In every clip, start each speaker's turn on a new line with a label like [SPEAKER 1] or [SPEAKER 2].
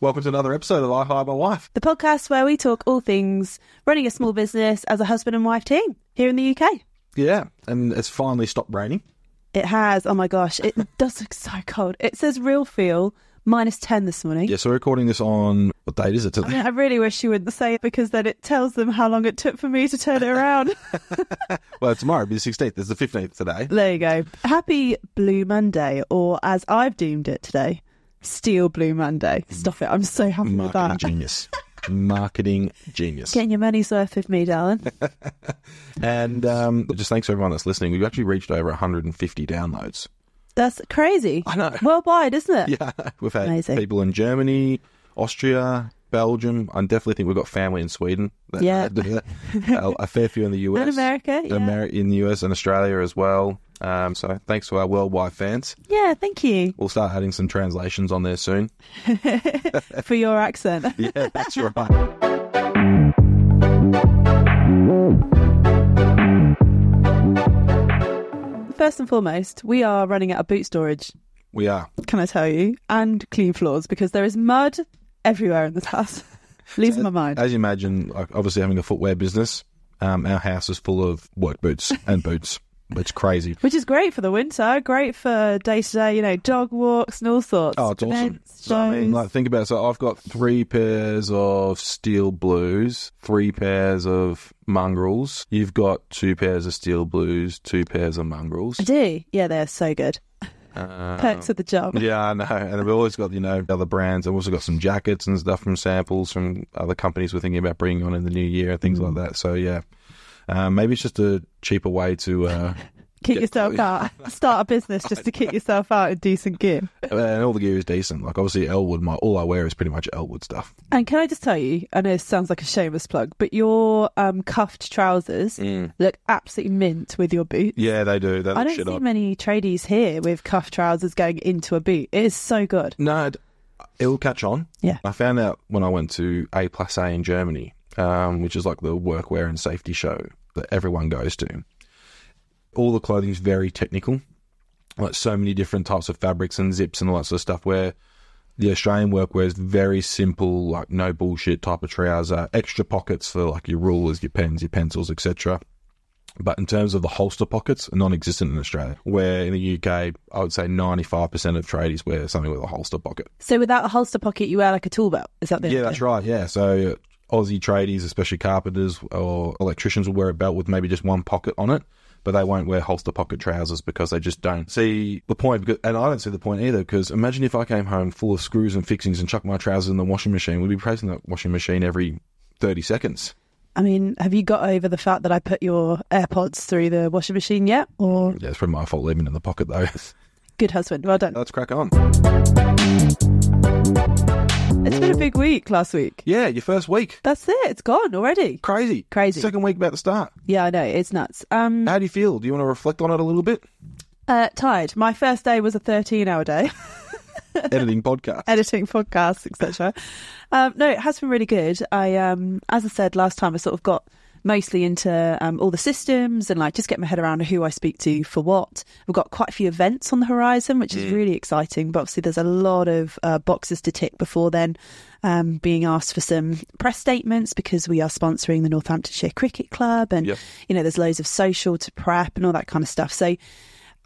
[SPEAKER 1] Welcome to another episode of I Hire My Wife.
[SPEAKER 2] the podcast where we talk all things running a small business as a husband and wife team here in the UK.
[SPEAKER 1] Yeah, and it's finally stopped raining.
[SPEAKER 2] It has, oh my gosh, it does look so cold. It says real feel minus 10 this morning.
[SPEAKER 1] Yeah, so we're recording this on what date is it
[SPEAKER 2] I
[SPEAKER 1] today?
[SPEAKER 2] mean, I really wish you wouldn't say it because then it tells them how long it took for me to turn it around.
[SPEAKER 1] Well, tomorrow it'll be the 16th. It's the 15th today.
[SPEAKER 2] there you go. Happy Blue Monday, or as I've deemed it today, Steel Blue Monday. Stop it. I'm so happy with
[SPEAKER 1] Marketing
[SPEAKER 2] that.
[SPEAKER 1] genius. Marketing genius.
[SPEAKER 2] Getting your money's worth with me, darling.
[SPEAKER 1] And um, just thanks to everyone that's listening. We've actually reached over 150 downloads.
[SPEAKER 2] That's crazy.
[SPEAKER 1] I know.
[SPEAKER 2] Worldwide, isn't it?
[SPEAKER 1] Yeah, we've had
[SPEAKER 2] Amazing.
[SPEAKER 1] people in Germany, Austria, Belgium. I definitely think we've got family in Sweden. that-
[SPEAKER 2] Yeah.
[SPEAKER 1] that do that. a, a fair few in the US.
[SPEAKER 2] In America, yeah.
[SPEAKER 1] Ameri- in the US and Australia as well. Um, so thanks to our worldwide fans.
[SPEAKER 2] yeah, thank you
[SPEAKER 1] We'll start adding some translations on there soon.
[SPEAKER 2] for your accent.
[SPEAKER 1] Yeah, that's right.
[SPEAKER 2] First and foremost, we are running out of boot storage,
[SPEAKER 1] We are.
[SPEAKER 2] can I tell you, and clean floors because there is mud everywhere in this house. Losing my mind.
[SPEAKER 1] As you imagine, like, obviously having a footwear business, um, our house is full of work boots and boots. It's crazy.
[SPEAKER 2] Which is great for the winter, great for day to day, you know, dog walks and all sorts.
[SPEAKER 1] Oh, it's awesome.
[SPEAKER 2] Events,
[SPEAKER 1] So, I mean,
[SPEAKER 2] shows.
[SPEAKER 1] like, think about it. So, I've got three pairs of steel blues, three pairs of mongrels. You've got two pairs of steel blues, two pairs of mongrels.
[SPEAKER 2] I do. Yeah, they're so good. Perks of the job.
[SPEAKER 1] Yeah, I know. And we've always got, you know, other brands. I've also got some jackets and stuff from samples from other companies we're thinking about bringing on in the new year and things
[SPEAKER 2] Mm.
[SPEAKER 1] like that. So, yeah. Um, maybe it's just a cheaper way to, uh,
[SPEAKER 2] Keep yourself out. Start a business just to keep yourself out in decent gear.
[SPEAKER 1] and all the gear is decent. Like, obviously, Elwood, my, all I wear is pretty much Elwood stuff.
[SPEAKER 2] And can I just tell you, I know it sounds like a shameless plug, but your um, cuffed trousers look absolutely mint with your boots.
[SPEAKER 1] Yeah, they do. They
[SPEAKER 2] I
[SPEAKER 1] look
[SPEAKER 2] don't
[SPEAKER 1] shit
[SPEAKER 2] see
[SPEAKER 1] on.
[SPEAKER 2] many tradies here with cuff trousers going into a boot. It is so good.
[SPEAKER 1] No, it- it'll catch on.
[SPEAKER 2] Yeah.
[SPEAKER 1] I found out when I went to A plus A in Germany, um, which is like the workwear and safety show that everyone goes to. All the clothing is very technical, like so many different types of fabrics and zips and all that sort of stuff. Where the Australian workwear is very simple, like no bullshit type of trouser, extra pockets for like your rulers, your pens, your pencils, etc. But in terms of the holster pockets, are non-existent in Australia. Where in the UK, I would say ninety-five percent of tradies wear something with a holster pocket.
[SPEAKER 2] So without a holster pocket, you wear like a tool belt. Is that the
[SPEAKER 1] Yeah, that's right. Yeah, so Aussie tradies, especially carpenters or electricians, will wear a belt with maybe just one pocket on it, but they won't wear holster pocket trousers because they just don't see the point. Because, and I don't see the point either. Because imagine if I came home full of screws and fixings and chucked my trousers in the washing machine, we'd be praising that washing machine every thirty seconds.
[SPEAKER 2] I mean, have you got over the fact that I put your AirPods through the washing machine yet? Or
[SPEAKER 1] Yeah, it's probably my fault leaving it in the pocket though.
[SPEAKER 2] good husband, well done.
[SPEAKER 1] Let's crack on.
[SPEAKER 2] It's been a big week last week.
[SPEAKER 1] Yeah, your first week,
[SPEAKER 2] That's it. It's gone already.
[SPEAKER 1] crazy,
[SPEAKER 2] Crazy.
[SPEAKER 1] Second week about to start.
[SPEAKER 2] Yeah, I know. It's nuts. Um,
[SPEAKER 1] How do you feel? Do you want to reflect on it a little bit?
[SPEAKER 2] uh, tired. My first day was a 13-hour day.
[SPEAKER 1] Editing podcast.
[SPEAKER 2] editing podcasts, etc. Um, no, it has been really good. I, um, as I said last time, I sort of got mostly into um, all the systems and like just get my head around who I speak to for what. We've got quite a few events on the horizon, which is really exciting. But obviously, there's a lot of uh, boxes to tick before then. Um, being asked for some press statements because we are sponsoring the Northamptonshire Cricket Club, and
[SPEAKER 1] Yep.
[SPEAKER 2] you know there's loads of social to prep and all that kind of stuff. So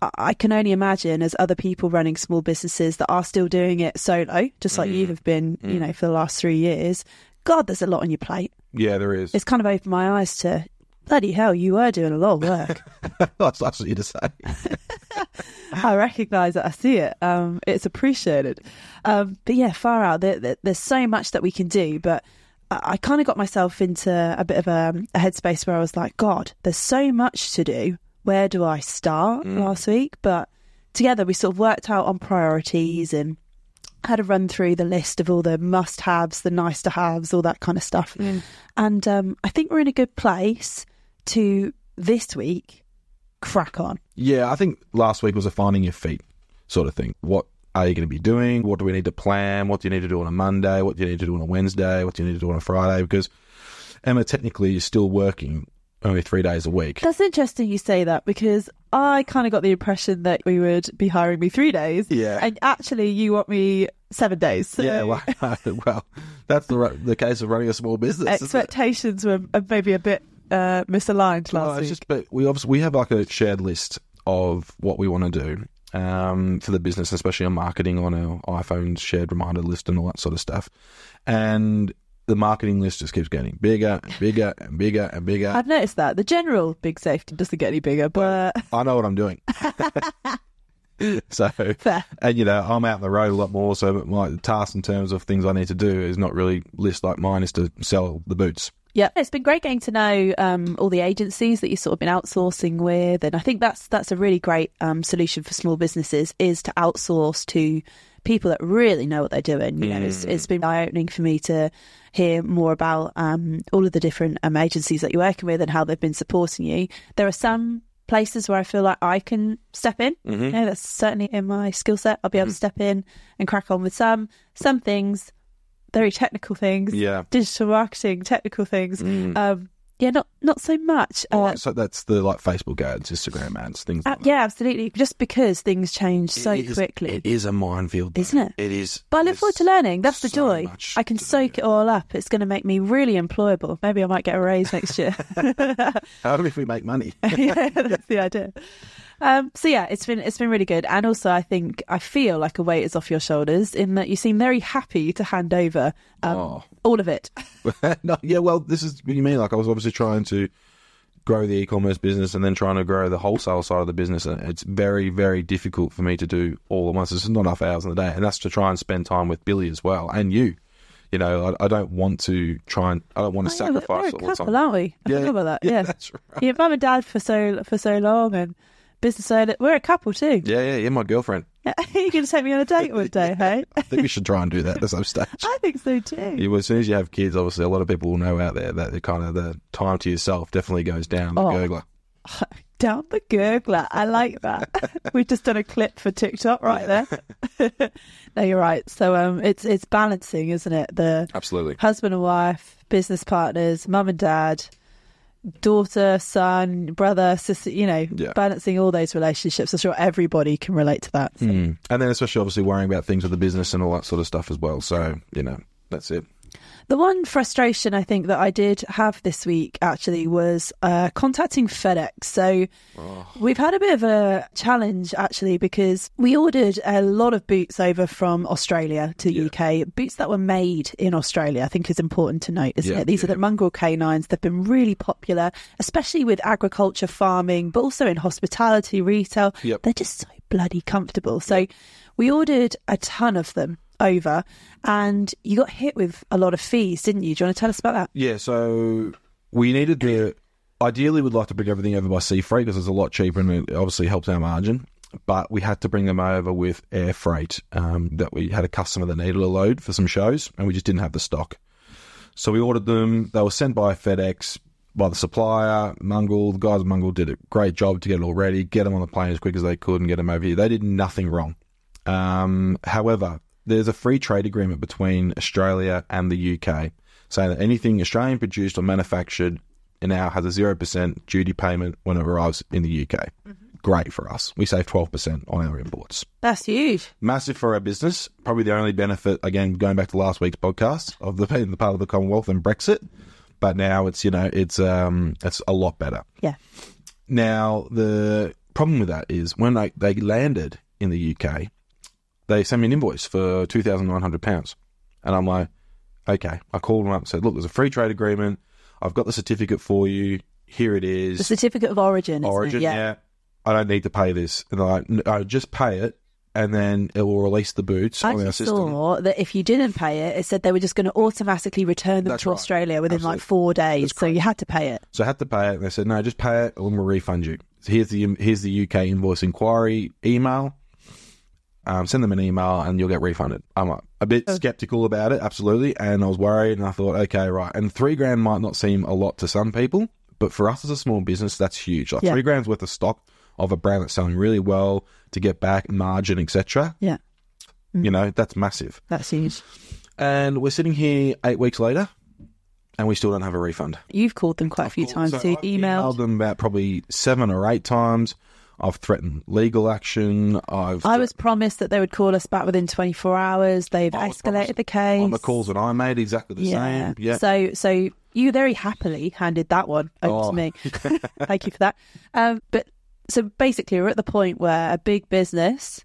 [SPEAKER 2] I- I can only imagine as other people running small businesses that are still doing it solo, just like you have been, you know, for the last three years. God, there's a lot on your plate.
[SPEAKER 1] Yeah, there is.
[SPEAKER 2] It's kind of opened my eyes to bloody hell, you were doing a lot of work.
[SPEAKER 1] That's absolutely to say.
[SPEAKER 2] I recognise it. I see it. Um, it's appreciated. Um, but yeah, far out. There, there, there's so much that we can do, but I, I kind of got myself into a bit of a, um, a headspace where I was like, God, there's so much to do. Where do I start last week? But together we sort of worked out on priorities and had a run through the list of all the must haves, the nice to haves, all that kind of stuff. And um, I think we're in a good place to this week crack on.
[SPEAKER 1] Yeah, I think last week was a finding your feet sort of thing. What are you going to be doing? What do we need to plan? What do you need to do on a Monday? What do you need to do on a Wednesday? What do you need to do on a Friday? Because Emma, technically, is still working only three days a week.
[SPEAKER 2] That's interesting you say that because I kind of got the impression that we would be hiring me three days.
[SPEAKER 1] Yeah.
[SPEAKER 2] And actually, you want me seven days. So
[SPEAKER 1] yeah, well, well, that's the ru- the case of running a small business. isn't it?
[SPEAKER 2] expectations were uh, maybe a bit uh, misaligned last
[SPEAKER 1] Well, it's
[SPEAKER 2] week.
[SPEAKER 1] just but we obviously we have like a shared list of what we want to do um, for the business, especially on marketing on our iPhone shared reminder list and all that sort of stuff. And the marketing list just keeps getting bigger and bigger and bigger and bigger.
[SPEAKER 2] I've noticed that. The general big safety doesn't get any bigger, but
[SPEAKER 1] I know what I'm doing. so,
[SPEAKER 2] fair.
[SPEAKER 1] and you know, I'm out on the road a lot more. So, but my task in terms of things I need to do is not really list like mine is to sell the boots.
[SPEAKER 2] Yeah, it's been great getting to know um, all the agencies that you've sort of been outsourcing with, and I think that's that's a really great um, solution for small businesses is to outsource to people that really know what they're doing. You know, it's, it's been eye opening for me to hear more about um, all of the different um, agencies that you're working with and how they've been supporting you. There are some places where I feel like I can step in. You know, that's certainly in my skill set. I'll be able to step in and crack on with some some things very technical things.
[SPEAKER 1] Yeah.
[SPEAKER 2] Digital marketing, technical things. Um, yeah, not not so much. Uh,
[SPEAKER 1] So Mm. Oh, that's the like Facebook ads, Instagram ads, things.
[SPEAKER 2] uh, yeah, absolutely. Just because things change so
[SPEAKER 1] It is-
[SPEAKER 2] quickly,
[SPEAKER 1] it is a minefield, though.
[SPEAKER 2] isn't it?
[SPEAKER 1] It is.
[SPEAKER 2] But I look forward to learning. That's the
[SPEAKER 1] so
[SPEAKER 2] joy.
[SPEAKER 1] much
[SPEAKER 2] I can
[SPEAKER 1] to do.
[SPEAKER 2] soak it all up. It's going to make me really employable. Maybe I might get a raise next year.
[SPEAKER 1] How if we make money?
[SPEAKER 2] yeah, that's the idea. Um, so yeah, it's been it's been really good, and also I think I feel like a weight is off your shoulders in that you seem very happy to hand over um,
[SPEAKER 1] Oh.
[SPEAKER 2] all of it.
[SPEAKER 1] no, yeah. Well, this is what you mean. Like I was obviously trying to grow the e-commerce business and then trying to grow the wholesale side of the business, and it's very, very difficult for me to do all at once. There's not enough hours in the day, and that's to try and spend time with Billy as well and you. You know, I, I don't want to try and I don't want to
[SPEAKER 2] Oh, Yeah, we're-
[SPEAKER 1] sacrifice
[SPEAKER 2] we're a
[SPEAKER 1] all the
[SPEAKER 2] couple,
[SPEAKER 1] time.
[SPEAKER 2] aren't we? I
[SPEAKER 1] Yeah,
[SPEAKER 2] forgot about that.
[SPEAKER 1] yeah,
[SPEAKER 2] Yeah,
[SPEAKER 1] that's right.
[SPEAKER 2] Yeah, mum and dad for so for so long, and business owner. We're a couple too.
[SPEAKER 1] Yeah, yeah, yeah. My girlfriend.
[SPEAKER 2] You're going to take me on a date one day, hey?
[SPEAKER 1] I think we should try and do that at some stage.
[SPEAKER 2] I think so too.
[SPEAKER 1] You- As soon as you have kids, obviously, a lot of people will know out there that the kind of the time to yourself definitely goes down. The
[SPEAKER 2] Oh.
[SPEAKER 1] gurgler.
[SPEAKER 2] Down the gurgler. I like that. We've just done a clip for TikTok right there. no, you're right. So um, it's it's balancing, isn't it? The
[SPEAKER 1] Absolutely.
[SPEAKER 2] husband and wife, business partners, mum and dad, daughter, son, brother, sister. You know,
[SPEAKER 1] Yeah.
[SPEAKER 2] balancing all those relationships. I'm sure everybody can relate to that. So
[SPEAKER 1] Mm. And then, especially obviously worrying about things with the business and all that sort of stuff as well. So, you know, that's it.
[SPEAKER 2] The one frustration I think that I did have this week actually was uh, contacting FedEx. So we've had a bit of a challenge actually because we ordered a lot of boots over from Australia to the UK. Boots that were made in Australia, I think, is important to note, isn't
[SPEAKER 1] Yeah,
[SPEAKER 2] it? These are the mongrel canines. They've been really popular, especially with agriculture, farming, but also in hospitality, retail.
[SPEAKER 1] Yep.
[SPEAKER 2] They're just so bloody comfortable. So we ordered a ton of them over and you got hit with a lot of fees, didn't you? Do you want to tell us about that?
[SPEAKER 1] Yeah. So, we needed to ideally, we'd like to bring everything over by sea freight because it's a lot cheaper and it obviously helps our margin. But we had to bring them over with air freight um, that we had a customer that needed a load for some shows and we just didn't have the stock. So we ordered them. They were sent by FedEx, by the supplier, Mungle. The guys at Mungle did a great job to get it all ready, get them on the plane as quick as they could, and get them over here. They did nothing wrong. Um, however, there's a free trade agreement between Australia and the UK saying that anything Australian produced or manufactured in our has a 0% duty payment when it arrives in the UK. Great for us. We save 12% on our imports
[SPEAKER 2] That's huge.
[SPEAKER 1] massive for our business. Probably the only benefit, again, going back to last week's podcast of the being the part of the Commonwealth and Brexit. But now it's you know it's um it's a lot better.
[SPEAKER 2] Yeah.
[SPEAKER 1] Now the problem with that is when they, they landed in the UK, they sent me an invoice for two thousand nine hundred pounds, and I'm like, okay. I called them up and said, look, there's a free trade agreement. I've got the certificate for you. Here it is.
[SPEAKER 2] The certificate of origin. Isn't
[SPEAKER 1] Origin,
[SPEAKER 2] it?
[SPEAKER 1] yeah. I don't need to pay this. And they're like, no, just pay it, and then it will release the boots
[SPEAKER 2] I
[SPEAKER 1] on our
[SPEAKER 2] actually
[SPEAKER 1] system.
[SPEAKER 2] saw that if you didn't pay it, it said they were just going to automatically return them
[SPEAKER 1] That's
[SPEAKER 2] to
[SPEAKER 1] right.
[SPEAKER 2] Australia within like
[SPEAKER 1] Absolutely.
[SPEAKER 2] four days. So you had to pay it.
[SPEAKER 1] So I had to pay it, and they said, no, just pay it, and we'll refund you. So here's the here's the UK invoice inquiry email. Um, send them an email, and you'll get refunded. I'm like, a bit skeptical about it, absolutely, and I was worried, and I thought, okay, right. And three grand might not seem a lot to some people, but for us as a small business, that's huge. Like
[SPEAKER 2] Yeah.
[SPEAKER 1] three grand's worth of stock of a brand that's selling really well to get back margin, etc.
[SPEAKER 2] Yeah,
[SPEAKER 1] You know, that's massive.
[SPEAKER 2] that's huge.
[SPEAKER 1] And we're sitting here eight weeks later and we still don't have a refund.
[SPEAKER 2] You've called them quite a few times too. Emailed.
[SPEAKER 1] emailed them about probably seven or eight times. I've threatened legal action. I've
[SPEAKER 2] I was promised that they would call us back within 24 hours. They've
[SPEAKER 1] I was
[SPEAKER 2] escalated
[SPEAKER 1] promised
[SPEAKER 2] the case.
[SPEAKER 1] on the calls that I made exactly the
[SPEAKER 2] Yeah.
[SPEAKER 1] same. Yeah,
[SPEAKER 2] So so you very happily handed that one over
[SPEAKER 1] Oh.
[SPEAKER 2] to me. Thank you for that. Um, but so basically, we're at the point where a big business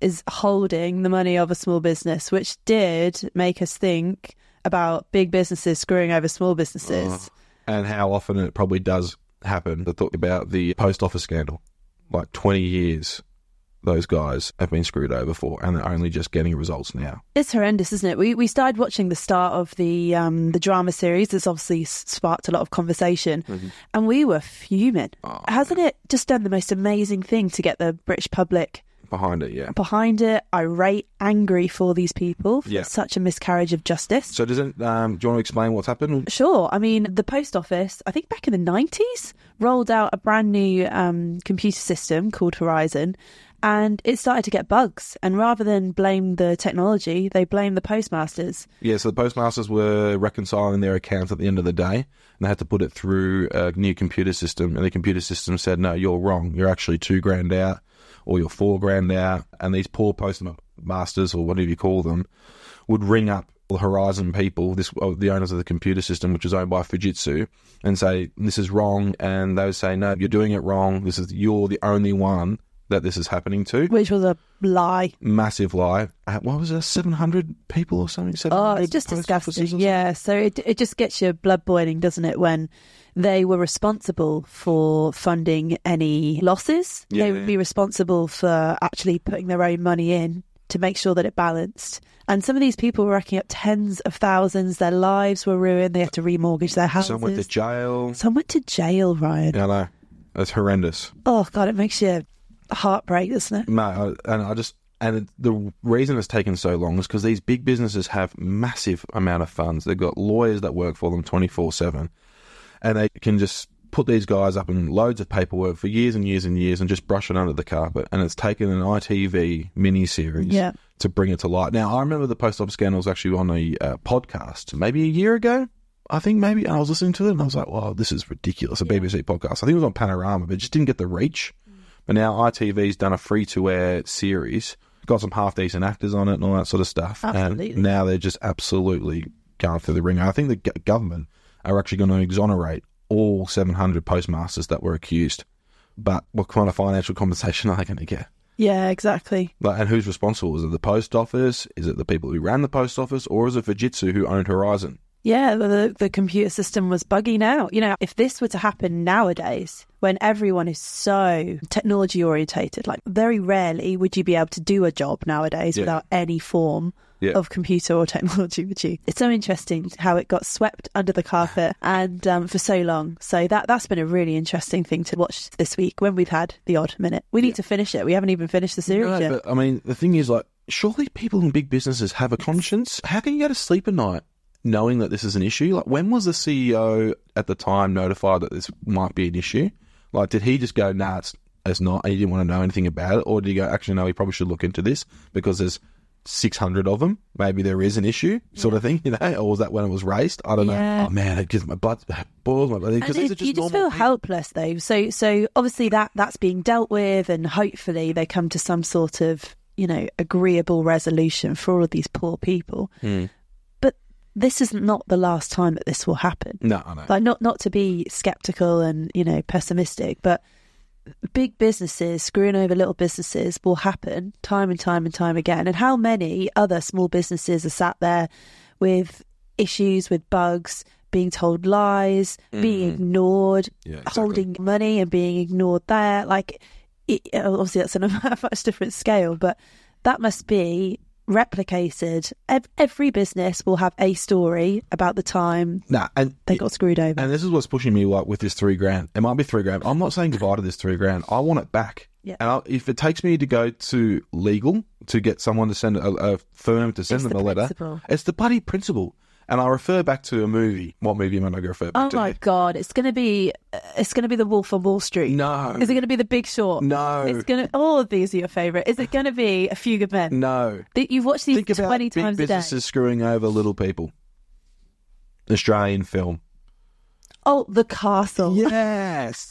[SPEAKER 2] is holding the money of a small business, which did make us think about big businesses screwing over small
[SPEAKER 1] Uh-huh.
[SPEAKER 2] businesses.
[SPEAKER 1] and how often it probably does happen. I thought about the post office scandal. Like twenty years, those guys have been screwed over for, and they're only just getting results now.
[SPEAKER 2] It's horrendous, isn't it? We we started watching the start of the um, the drama series. That's obviously s- sparked a lot of conversation,
[SPEAKER 1] Mm-hmm.
[SPEAKER 2] and we were fuming.
[SPEAKER 1] Oh,
[SPEAKER 2] Hasn't it just done the most amazing thing to get the British public
[SPEAKER 1] Behind it, yeah.
[SPEAKER 2] behind it, irate, angry for these people for
[SPEAKER 1] Yeah.
[SPEAKER 2] such a miscarriage of justice.
[SPEAKER 1] So doesn't um, do you want to explain what's happened?
[SPEAKER 2] Sure, I mean, the post office, I think back in the 90s, rolled out a brand new um, computer system called Horizon, and it started to get bugs. And rather than blame the technology, they blame the postmasters.
[SPEAKER 1] Yeah, so the postmasters were reconciling their accounts at the end of the day, and they had to put it through a new computer system, and the computer system said, "No, you're wrong. You're actually two grand out, or you're four grand out." And these poor postmasters, or whatever you call them, would ring up the Horizon people, this uh, the owners of the computer system, which was owned by Fujitsu, and say, "This is wrong," and they would say, "No, you're doing it wrong. This is you're the only one." That this is happening to
[SPEAKER 2] Which was a lie.
[SPEAKER 1] massive lie. Uh, what was it? Seven hundred people or something?
[SPEAKER 2] Oh,
[SPEAKER 1] 700
[SPEAKER 2] it's just
[SPEAKER 1] post
[SPEAKER 2] disgusting.
[SPEAKER 1] offices or
[SPEAKER 2] Yeah, so it it just gets your blood boiling, doesn't it? When they were responsible for funding any losses,
[SPEAKER 1] Yeah.
[SPEAKER 2] they would be responsible for actually putting their own money in to make sure that it balanced. And some of these people were racking up tens of thousands. Their lives were ruined. They had to remortgage their houses.
[SPEAKER 1] Some went to jail.
[SPEAKER 2] Some went to jail, Ryan.
[SPEAKER 1] Yeah, I know. That's horrendous.
[SPEAKER 2] Oh God, it makes you heartbreak, doesn't it?
[SPEAKER 1] No, I- and I just and it- the reason it's taken so long is because these big businesses have massive amount of funds. They've got lawyers that work for them twenty four seven, and they can just put these guys up in loads of paperwork for years and years and years and just brush it under the carpet. And it's taken an ITV miniseries
[SPEAKER 2] Yeah.
[SPEAKER 1] to bring it to light. Now I remember the post office scandal was actually on a uh, podcast maybe a year ago. I think maybe and I was listening to it and I was like, "Wow, this is ridiculous!" A BBC podcast. I think it was on Panorama, but it just didn't get the reach. But now ITV's done a free to air series, got some half decent actors on it and all that sort of stuff.
[SPEAKER 2] Absolutely.
[SPEAKER 1] And now they're just absolutely going through the ringer. I think the g- government are actually going to exonerate all 700 postmasters that were accused. But what kind of financial compensation are they going to get?
[SPEAKER 2] Yeah, exactly.
[SPEAKER 1] Like, and who's responsible? Is it the post office? Is it the people who ran the post office? Or is it Fujitsu who owned Horizon?
[SPEAKER 2] Yeah, the- the, the computer system was bugging out. You know, if this were to happen nowadays, when everyone is so technology orientated, like very rarely would you be able to do a job nowadays
[SPEAKER 1] Yeah.
[SPEAKER 2] without any form
[SPEAKER 1] Yeah.
[SPEAKER 2] of computer or technology, would you? It's so interesting how it got swept under the carpet and um, for so long. So that that's been a really interesting thing to watch this week when we've had the odd minute. We need to finish it. We haven't even finished the series
[SPEAKER 1] No,
[SPEAKER 2] yet.
[SPEAKER 1] but I mean, the thing is, like, surely people in big businesses have a conscience. How can you go to sleep at night knowing that this is an issue? Like, when was the CEO at the time notified that this might be an issue? Like, did he just go, "Nah, it's it's not," and he didn't want to know anything about it, or did he go, "Actually, no, we probably should look into this because there's 600 of them. Maybe there is an issue, sort of thing, you know?" Or was that when it was raised? I don't
[SPEAKER 2] Yeah.
[SPEAKER 1] know. Oh man, it gives my blood boils my blood because
[SPEAKER 2] And
[SPEAKER 1] these
[SPEAKER 2] it-
[SPEAKER 1] are just
[SPEAKER 2] you just
[SPEAKER 1] normal
[SPEAKER 2] feel helpless though. So so obviously that that's being dealt with, and hopefully they come to some sort of you know agreeable resolution for all of these poor people.
[SPEAKER 1] Hmm.
[SPEAKER 2] But this is not the last time that this will happen.
[SPEAKER 1] No, I know.
[SPEAKER 2] Like not not to be skeptical and you know pessimistic, but big businesses screwing over little businesses will happen time and time and time again. And how many other small businesses are sat there with issues, with bugs, being told lies, being ignored,
[SPEAKER 1] Mm-hmm. Yeah, exactly.
[SPEAKER 2] holding money and being ignored there? Like, it, obviously, that's on a much different scale, but that must be replicated. Ev- Every business will have a story about the time
[SPEAKER 1] Nah, and
[SPEAKER 2] they got screwed over.
[SPEAKER 1] And this is what's pushing me like with this three grand. It might be three grand. I'm not saying goodbye to this three grand. I want it back.
[SPEAKER 2] Yeah.
[SPEAKER 1] And I, if it takes me to go to legal to get someone to send a, a firm to send
[SPEAKER 2] It's
[SPEAKER 1] them
[SPEAKER 2] the
[SPEAKER 1] a letter,
[SPEAKER 2] principle.
[SPEAKER 1] it's the bloody principle. And I refer back to a movie. What movie am I going to refer back
[SPEAKER 2] Oh
[SPEAKER 1] to?
[SPEAKER 2] my god, it's gonna be uh, it's gonna be the Wolf on Wall Street.
[SPEAKER 1] No.
[SPEAKER 2] Is it gonna be the Big Short?
[SPEAKER 1] No.
[SPEAKER 2] It's gonna all of these are your favourite. Is it gonna be a few good men?
[SPEAKER 1] no.
[SPEAKER 2] That You've watched these
[SPEAKER 1] Think about
[SPEAKER 2] twenty
[SPEAKER 1] big
[SPEAKER 2] times a day.
[SPEAKER 1] businesses screwing over little people. Australian film.
[SPEAKER 2] Oh, The Castle.
[SPEAKER 1] Yes.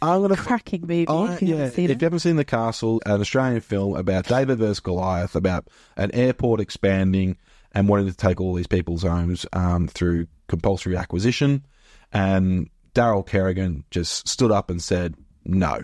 [SPEAKER 1] I'm gonna
[SPEAKER 2] Cracking movie.
[SPEAKER 1] Oh,
[SPEAKER 2] if you haven't seen
[SPEAKER 1] if
[SPEAKER 2] it.
[SPEAKER 1] you haven't seen The Castle, an Australian film about David versus Goliath, about an airport expanding and wanting to take all these people's homes um, through compulsory acquisition, and Daryl Kerrigan just stood up and said no,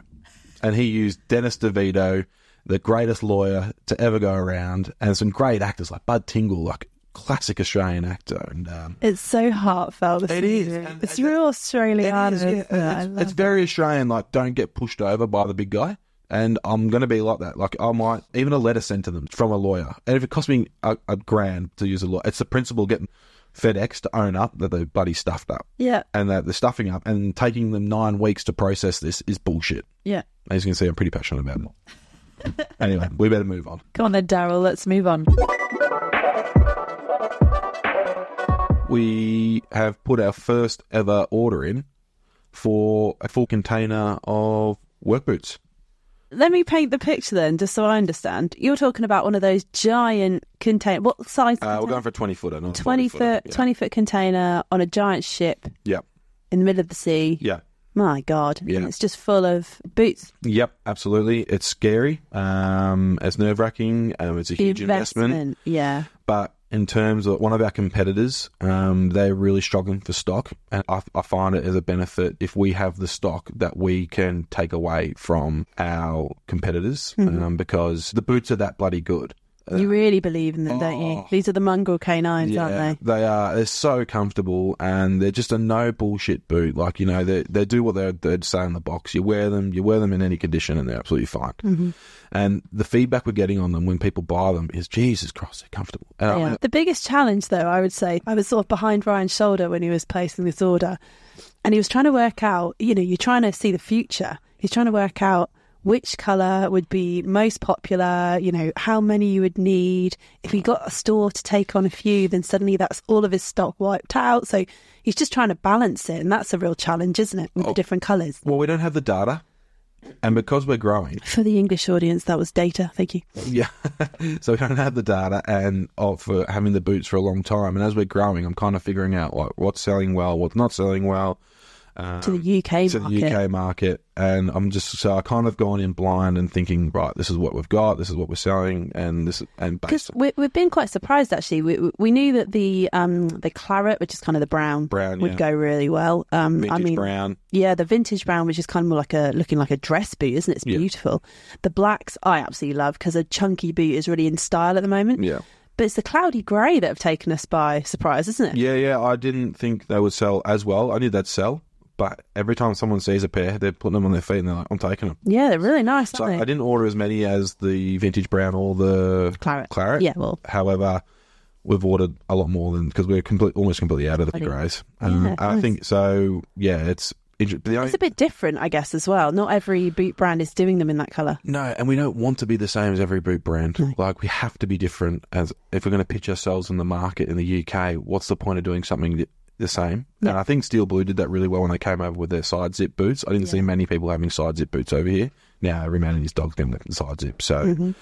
[SPEAKER 1] and he used Dennis DeVito, the greatest lawyer to ever go around, and some great actors like Bud Tingle, like classic Australian actor, and um,
[SPEAKER 2] It's so heartfelt. This
[SPEAKER 1] It
[SPEAKER 2] movie.
[SPEAKER 1] is, and-
[SPEAKER 2] It's
[SPEAKER 1] and-
[SPEAKER 2] real
[SPEAKER 1] it
[SPEAKER 2] Australian.
[SPEAKER 1] is,
[SPEAKER 2] isn't
[SPEAKER 1] yeah.
[SPEAKER 2] it? I
[SPEAKER 1] It's,
[SPEAKER 2] love
[SPEAKER 1] it's very Australian, like don't get pushed over by the big guy. And I'm going to be like that. Like I might even a letter sent to them from a lawyer, and if it costs me a, a grand to use a lawyer, it's the principle getting FedEx to own up that they bloody stuffed up
[SPEAKER 2] Yeah,
[SPEAKER 1] and that they're stuffing up and taking them nine weeks to process this is bullshit.
[SPEAKER 2] yeah.
[SPEAKER 1] As you can see, I'm pretty passionate about it. anyway, we better move on.
[SPEAKER 2] Go on then, Daryl. Let's move on.
[SPEAKER 1] we have put our first ever order in for a full container of work boots.
[SPEAKER 2] Let me paint the picture then, just so I understand. You're talking about one of those giant container. What size?
[SPEAKER 1] Uh, we're
[SPEAKER 2] container?
[SPEAKER 1] going for a 20 footer, not a
[SPEAKER 2] 20
[SPEAKER 1] 40-footer.
[SPEAKER 2] foot, 20 foot container on a giant ship
[SPEAKER 1] Yeah.
[SPEAKER 2] in the middle of the sea.
[SPEAKER 1] Yeah.
[SPEAKER 2] My God.
[SPEAKER 1] Yeah.
[SPEAKER 2] And it's just full of boots.
[SPEAKER 1] yeah. Yep. Absolutely. It's scary. Um, it's nerve wracking. Um, it's a huge investment.
[SPEAKER 2] Yeah.
[SPEAKER 1] But in terms of one of our competitors, um, they're really struggling for stock. And I, I find it as a benefit if we have the stock that we can take away from our competitors um, because the boots are that bloody good.
[SPEAKER 2] You really believe in them, don't you?
[SPEAKER 1] Uh, Oh.
[SPEAKER 2] These are the mongrel canines,
[SPEAKER 1] Yeah,
[SPEAKER 2] aren't
[SPEAKER 1] they? are. They're so comfortable, and they're just a no bullshit boot. Like you know, they they do what they're they'd say in the box. You wear them, you wear them in any condition, and they're absolutely fine. And the feedback we're getting on them when people buy them is Jesus Christ, they're comfortable. Uh, And
[SPEAKER 2] they?
[SPEAKER 1] I-
[SPEAKER 2] Yeah. The biggest challenge, though, I would say, I was sort of behind Ryan's shoulder when he was placing this order. And he was trying to work out, you know, you're trying to see the future. He's trying to work out which colour would be most popular, you know, how many you would need. If he got a store to take on a few, then suddenly that's all of his stock wiped out. So he's just trying to balance it. And that's a real challenge, isn't it,
[SPEAKER 1] Oh.
[SPEAKER 2] with the different colours?
[SPEAKER 1] well, we don't have the data, and because we're growing,
[SPEAKER 2] For the English audience, that was data. Thank you.
[SPEAKER 1] yeah, so we don't have the data, and oh, for having the boots for a long time. And as we're growing, I'm kind of figuring out like what's selling well, what's not selling well.
[SPEAKER 2] to the UK
[SPEAKER 1] to
[SPEAKER 2] market.
[SPEAKER 1] the UK market, and I'm just so I kind of gone in blind and thinking, right, this is what we've got, this is what we're selling, and this and
[SPEAKER 2] Because
[SPEAKER 1] based on
[SPEAKER 2] we, we've been quite surprised actually. We, we- we knew that the um, the claret, which is kind of the brown,
[SPEAKER 1] Brown,
[SPEAKER 2] would
[SPEAKER 1] yeah.
[SPEAKER 2] go really well. Um, I
[SPEAKER 1] vintage
[SPEAKER 2] mean,
[SPEAKER 1] brown,
[SPEAKER 2] yeah, the vintage brown, which is kind of more like a looking like a dress boot, isn't it? It's
[SPEAKER 1] Yeah.
[SPEAKER 2] beautiful. The blacks I absolutely love because a chunky boot is really in style at the moment.
[SPEAKER 1] yeah,
[SPEAKER 2] But it's the cloudy grey that have taken us by surprise, isn't it?
[SPEAKER 1] yeah, yeah. I didn't think they would sell as well. I knew they'd sell, but every time someone sees a pair, they're putting them on their feet and they're like, I'm taking them.
[SPEAKER 2] Yeah, they're really nice,
[SPEAKER 1] So I
[SPEAKER 2] aren't they?
[SPEAKER 1] didn't order as many as the vintage brown or the
[SPEAKER 2] Claret.
[SPEAKER 1] claret.
[SPEAKER 2] Yeah, well,
[SPEAKER 1] However, we've ordered a lot more than because we're complete, almost completely out of the
[SPEAKER 2] Bloody-
[SPEAKER 1] greys.
[SPEAKER 2] Yeah,
[SPEAKER 1] I
[SPEAKER 2] nice.
[SPEAKER 1] think so. Yeah, it's. inter- the only-
[SPEAKER 2] it's a bit different, I guess, as well. Not every boot brand is doing them in that colour.
[SPEAKER 1] No, and we don't want to be the same as every boot brand. Like we have to be different. As if we're going to pitch ourselves in the market in the UK, what's the point of doing something th- the same? And I think Steel Blue did that really well when they came over with their side zip boots. I didn't see many people having side zip boots over here. Now every man and his dog them with side zip. So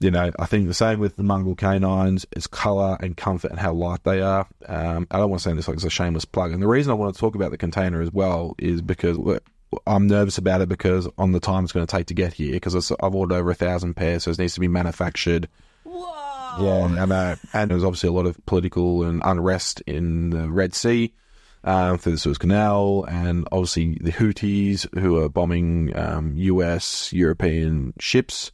[SPEAKER 1] you know, I think the same with the mongrel canines. It's colour and comfort and how light they are. Um, I don't want to say this like it's a shameless plug. And the reason I want to talk about the container as well is because look, I'm nervous about it because on the time it's going to take to get here because I've ordered over a thousand pairs, so it needs to be manufactured.
[SPEAKER 2] Whoa!
[SPEAKER 1] Yeah, I know. And there was obviously a lot of political and unrest in the Red Sea um, through the Suez Canal, and obviously the Houthis who are bombing um, US, European ships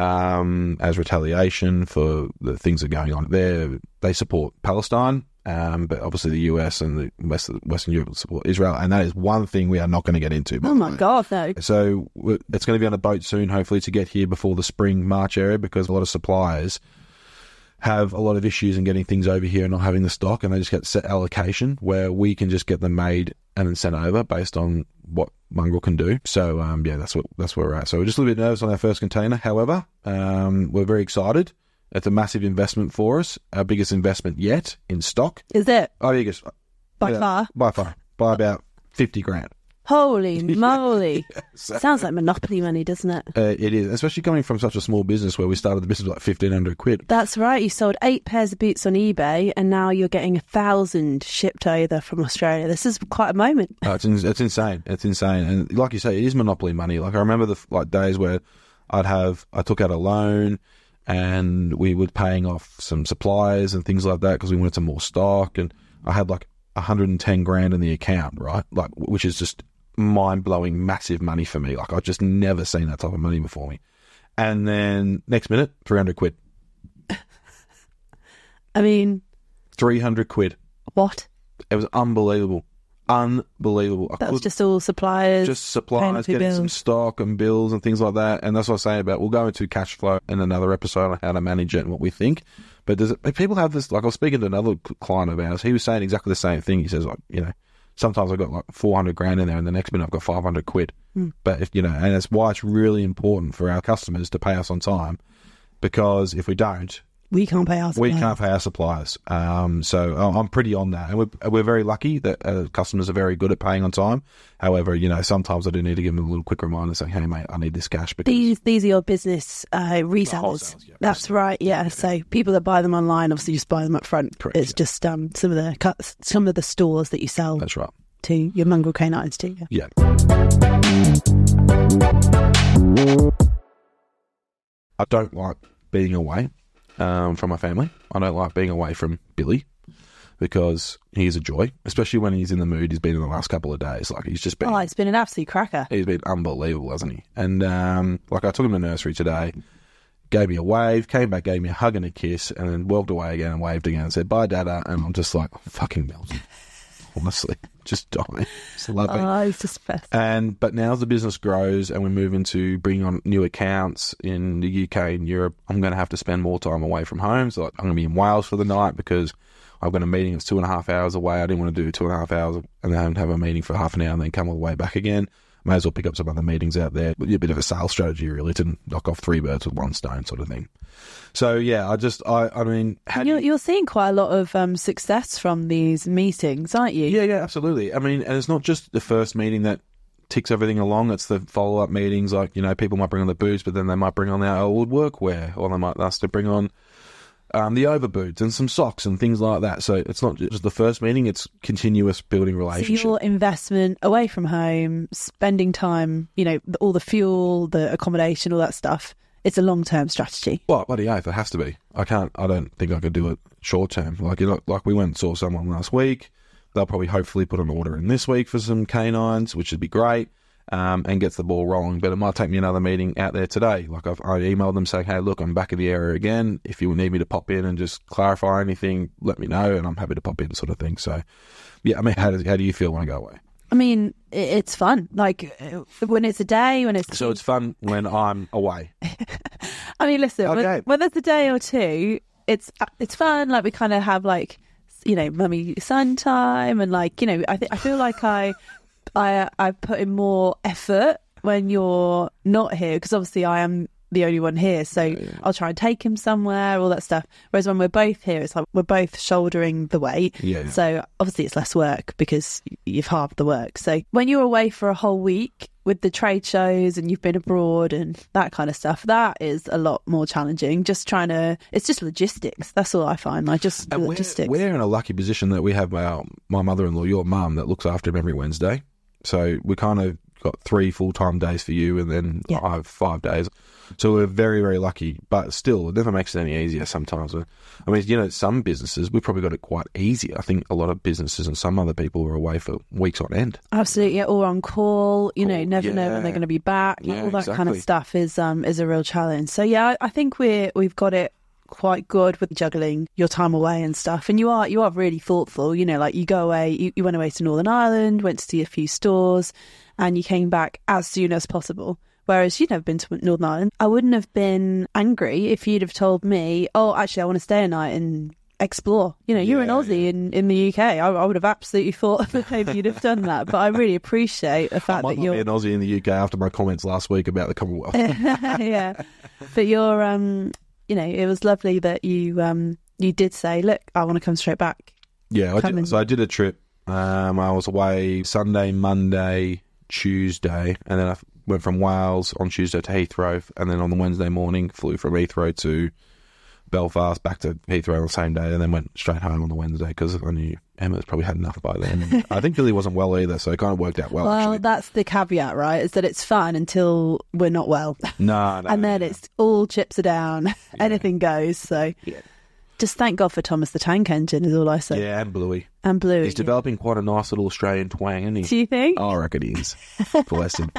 [SPEAKER 1] um, as retaliation for the things that are going on there. They support Palestine. Um, but obviously, the US and the West, Western Europe support Israel, and that is one thing we are not going to get into. by
[SPEAKER 2] Oh
[SPEAKER 1] the
[SPEAKER 2] my
[SPEAKER 1] way.
[SPEAKER 2] God, no.
[SPEAKER 1] So w- it's going to be on a boat soon, hopefully, to get here before the spring March area because a lot of suppliers have a lot of issues in getting things over here and not having the stock, and they just get set allocation where we can just get them made and then sent over based on what Mongrel can do. So um, yeah, that's what that's where we're at. So we're just a little bit nervous on our first container. However, um, we're very excited. It's a massive investment for us, our biggest investment yet in stock. Oh,
[SPEAKER 2] Is it?
[SPEAKER 1] Our biggest
[SPEAKER 2] By
[SPEAKER 1] yeah,
[SPEAKER 2] far.
[SPEAKER 1] by far, by about fifty grand.
[SPEAKER 2] Holy moly.
[SPEAKER 1] so-
[SPEAKER 2] Sounds like Monopoly money, doesn't it?
[SPEAKER 1] Uh, it is, especially coming from such a small business where we started the business with like fifteen hundred quid.
[SPEAKER 2] That's right. You sold eight pairs of boots on eBay and now you're getting a thousand shipped over from Australia. This is quite a moment.
[SPEAKER 1] Uh, it's, in, it's insane. It's insane. And like you say, it is monopoly money. Like I remember the f- like days where I'd have I took out a loan and we were paying off some suppliers and things like that because we wanted some more stock and I had like 110 grand in the account, right? Like w- which is just mind-blowing massive money for me. Like I've just never seen that type of money before me. And then next minute, 300 quid.
[SPEAKER 2] I mean,
[SPEAKER 1] 300 quid.
[SPEAKER 2] what?
[SPEAKER 1] It was unbelievable. Unbelievable. I
[SPEAKER 2] That
[SPEAKER 1] couldn't-
[SPEAKER 2] was just all suppliers.
[SPEAKER 1] just supplies,
[SPEAKER 2] paying
[SPEAKER 1] getting
[SPEAKER 2] for
[SPEAKER 1] some
[SPEAKER 2] bills.
[SPEAKER 1] stock and bills and things like that. And that's what I say about we'll go into cash flow in another episode on how to manage it and what we think. But does it, but people have this? Like I was speaking to another c- client of ours, he was saying exactly the same thing. He says, like, you know, sometimes I've got like four hundred grand in there, and the next minute I've got five hundred quid.
[SPEAKER 2] Hmm.
[SPEAKER 1] But if you know, and that's why it's really important for our customers to pay us on time, because if we don't,
[SPEAKER 2] we can't pay our
[SPEAKER 1] we
[SPEAKER 2] suppliers.
[SPEAKER 1] can't pay our suppliers. Um, so I- I'm pretty on that, and we're, we're very lucky that uh, customers are very good at paying on time. However, you know sometimes I do need to give them a little quick reminder saying, "Hey, mate, I need this cash." Because
[SPEAKER 2] These these are your business uh, resellers.
[SPEAKER 1] wholesales, yeah,
[SPEAKER 2] That's right. Yeah. So people that buy them online, obviously, just buy them up front.
[SPEAKER 1] Correct,
[SPEAKER 2] it's just um, some of the cu- some of the stores that you sell
[SPEAKER 1] that's right.
[SPEAKER 2] to your mongrel canines to.
[SPEAKER 1] Yeah.
[SPEAKER 2] Yeah.
[SPEAKER 1] I don't like being away um, from my family. I don't like being away from Billy because he is a joy, especially when he's in the mood he's been in the last couple of days. Like he's just been
[SPEAKER 2] Oh, it's been an absolute cracker.
[SPEAKER 1] He's been unbelievable, hasn't he? And um, like I took him to nursery today, gave me a wave, came back, gave me a hug and a kiss, and then walked away again and waved again and said bye, Dada. And I'm just like fucking melting, honestly, just dying, just loving.
[SPEAKER 2] Oh, it's just best.
[SPEAKER 1] and but now as the business grows and we move into bringing on new accounts in the UK and Europe, I'm going to have to spend more time away from home. So like, I'm going to be in Wales for the night because. I've got a meeting that's two and a half hours away. I didn't want to do two and a half hours and then have a meeting for half an hour and then come all the way back again. May as well pick up some other meetings out there. A bit of a sales strategy, really, to knock off three birds with one stone, sort of thing. So yeah, I just, I, I mean, had
[SPEAKER 2] You're, you're seeing quite a lot of um, success from these meetings, aren't you?
[SPEAKER 1] Yeah, yeah, absolutely. I mean, and it's not just the first meeting that ticks everything along. It's the follow up meetings. Like you know, people might bring on the boots, but then they might bring on their old workwear, or they might ask to bring on um, the overboots and some socks and things like that. So it's not just the first meeting; it's continuous building
[SPEAKER 2] So
[SPEAKER 1] relationships.
[SPEAKER 2] your investment away from home, spending time, you know, all the fuel, the accommodation, all that stuff. It's a long term strategy.
[SPEAKER 1] Well, bloody oath, it has to be. I can't. I don't think I could do it short term. Like you know, like we went and saw someone last week. They'll probably hopefully put an order in this week for some canines, which would be great, um, and gets the ball rolling. But it might take me another meeting out there today. Like I've I emailed them saying, "Hey, look, I'm back in the area again. If you need me to pop in and just clarify anything, let me know, and I'm happy to pop in." Sort of thing. So, yeah. I mean, how does, how do you feel when I go away?
[SPEAKER 2] I mean, i- it's fun. Like uh, when it's a day, when it's.
[SPEAKER 1] So it's fun when I'm away.
[SPEAKER 2] I mean, listen, when-
[SPEAKER 1] Okay.
[SPEAKER 2] when, there's a day or two, it's uh, it's fun. Like we kind of have like you know, mummy son time, and like you know, I think I feel like I I I put in more effort when you're not here because obviously I am the only one here, so I'll try and take him somewhere, all that stuff. Whereas when we're both here, it's like we're both shouldering the weight.
[SPEAKER 1] Yeah, yeah.
[SPEAKER 2] So obviously it's less work because you've halved the work. So when you're away for a whole week with the trade shows and you've been abroad and that kind of stuff, that is a lot more challenging. Just trying to, it's just logistics. That's all I find. Like just
[SPEAKER 1] And we're,
[SPEAKER 2] logistics.
[SPEAKER 1] we're in a lucky position that we have my, uh, my mother-in-law, your mum, that looks after him every Wednesday. So we kind of got three full-time days for you, and then
[SPEAKER 2] Yeah.
[SPEAKER 1] I have five days. So we're very, very lucky. But still, it never makes it any easier. Sometimes, I mean, you know, some businesses we've probably got it quite easy. I think a lot of businesses and some other people are away for weeks on end.
[SPEAKER 2] Absolutely, yeah, or on call. You know,
[SPEAKER 1] Call,
[SPEAKER 2] never know
[SPEAKER 1] yeah.
[SPEAKER 2] when they're going to be back. Like,
[SPEAKER 1] Yeah,
[SPEAKER 2] all that kind
[SPEAKER 1] exactly.
[SPEAKER 2] of stuff is um is a real challenge. So yeah, I, I think we're we've got it quite good with juggling your time away and stuff. And you are you are really thoughtful. You know, like you go away, you, you went away to Northern Ireland, went to see a few stores, and you came back as soon as possible. Whereas you'd have been to Northern Ireland, I wouldn't have been angry if you'd have told me, "Oh, actually, I want to stay a night and explore." You know, you're an
[SPEAKER 1] Yeah,
[SPEAKER 2] Aussie in, in the UK. I, I would have absolutely thought that maybe you'd have done that, but I really appreciate the
[SPEAKER 1] I
[SPEAKER 2] fact
[SPEAKER 1] might
[SPEAKER 2] that
[SPEAKER 1] not be
[SPEAKER 2] you're
[SPEAKER 1] an Aussie in the UK after my comments last week about the Commonwealth.
[SPEAKER 2] yeah, but you're um, you know, it was lovely that you um you did say, look, I want to come straight back.
[SPEAKER 1] Yeah, I
[SPEAKER 2] come
[SPEAKER 1] did,
[SPEAKER 2] and-
[SPEAKER 1] so I did a trip. Um, I was away Sunday, Monday, Tuesday, and then I f- went from Wales on Tuesday to Heathrow, and then on the Wednesday morning flew from Heathrow to Belfast, back to Heathrow on the same day, and then went straight home on the Wednesday because I knew Emma's probably had enough by then. I think Billy wasn't well either, so it kind of worked out well.
[SPEAKER 2] well,
[SPEAKER 1] actually.
[SPEAKER 2] that's the caveat, right? Is that it's fine until we're not well.
[SPEAKER 1] no, no,
[SPEAKER 2] and then
[SPEAKER 1] no.
[SPEAKER 2] it's all chips are down. Anything goes. So just thank God for Thomas the Tank Engine, is all I say.
[SPEAKER 1] yeah, and Bluey.
[SPEAKER 2] And Blue.
[SPEAKER 1] He's developing quite a nice little Australian twang, isn't he?
[SPEAKER 2] Do you think?
[SPEAKER 1] Oh, I reckon he is. Bless him.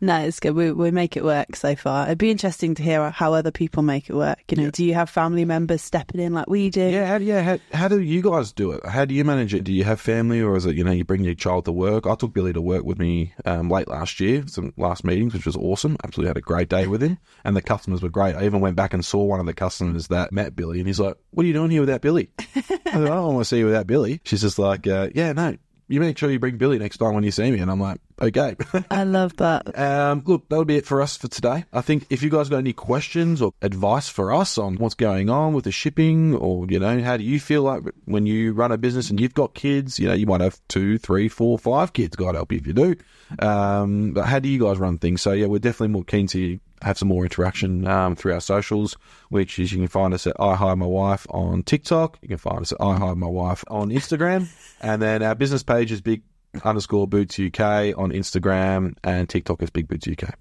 [SPEAKER 2] No, it's good. We, we make it work so far. It'd be interesting to hear how other people make it work. You know, do you have family members stepping in like we do?
[SPEAKER 1] Yeah, how, yeah. How, how do you guys do it? How do you manage it? Do you have family, or is it you know you bring your child to work? I took Billy to work with me um, late last year, some last meetings, which was awesome. Absolutely had a great day with him, and the customers were great. I even went back and saw one of the customers that met Billy, and he's like, "What are you doing here without Billy?" I said, "I don't want to see you without Billy." She's just like, uh, "Yeah, no." You make sure you bring Billy next time when you see me, and I'm like, okay.
[SPEAKER 2] I love that.
[SPEAKER 1] Um, look, that'll be it for us for today. I think if you guys got any questions or advice for us on what's going on with the shipping, or you know, how do you feel like when you run a business and you've got kids? You know, you might have two, three, four, five kids. God help you if you do. Um, but how do you guys run things? So yeah, we're definitely more keen to have some more interaction um, through our socials, which is you can find us at I Hire My Wife on TikTok. You can find us at I Hire My Wife on Instagram, and then our business page is big underscore boots UK on Instagram and TikTok is big boots UK.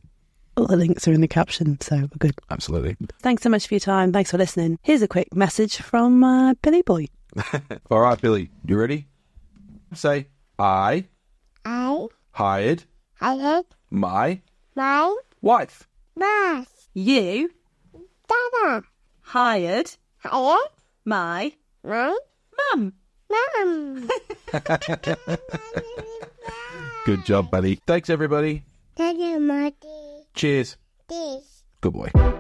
[SPEAKER 2] All the links are in the caption, so we're good.
[SPEAKER 1] Absolutely.
[SPEAKER 2] Thanks so much for your time. Thanks for listening. Here's a quick message from uh, Billy Boy.
[SPEAKER 1] All right, Billy, you ready? Say I
[SPEAKER 3] I
[SPEAKER 1] hired
[SPEAKER 3] hired
[SPEAKER 1] my
[SPEAKER 3] my
[SPEAKER 1] wife.
[SPEAKER 3] boss.
[SPEAKER 2] You
[SPEAKER 3] Dada
[SPEAKER 2] hired
[SPEAKER 3] hired
[SPEAKER 2] my
[SPEAKER 3] my
[SPEAKER 2] mum.
[SPEAKER 3] mom.
[SPEAKER 1] Good job, buddy. Thanks everybody.
[SPEAKER 3] Tell your mother
[SPEAKER 1] Cheers.
[SPEAKER 3] this.
[SPEAKER 1] Good boy.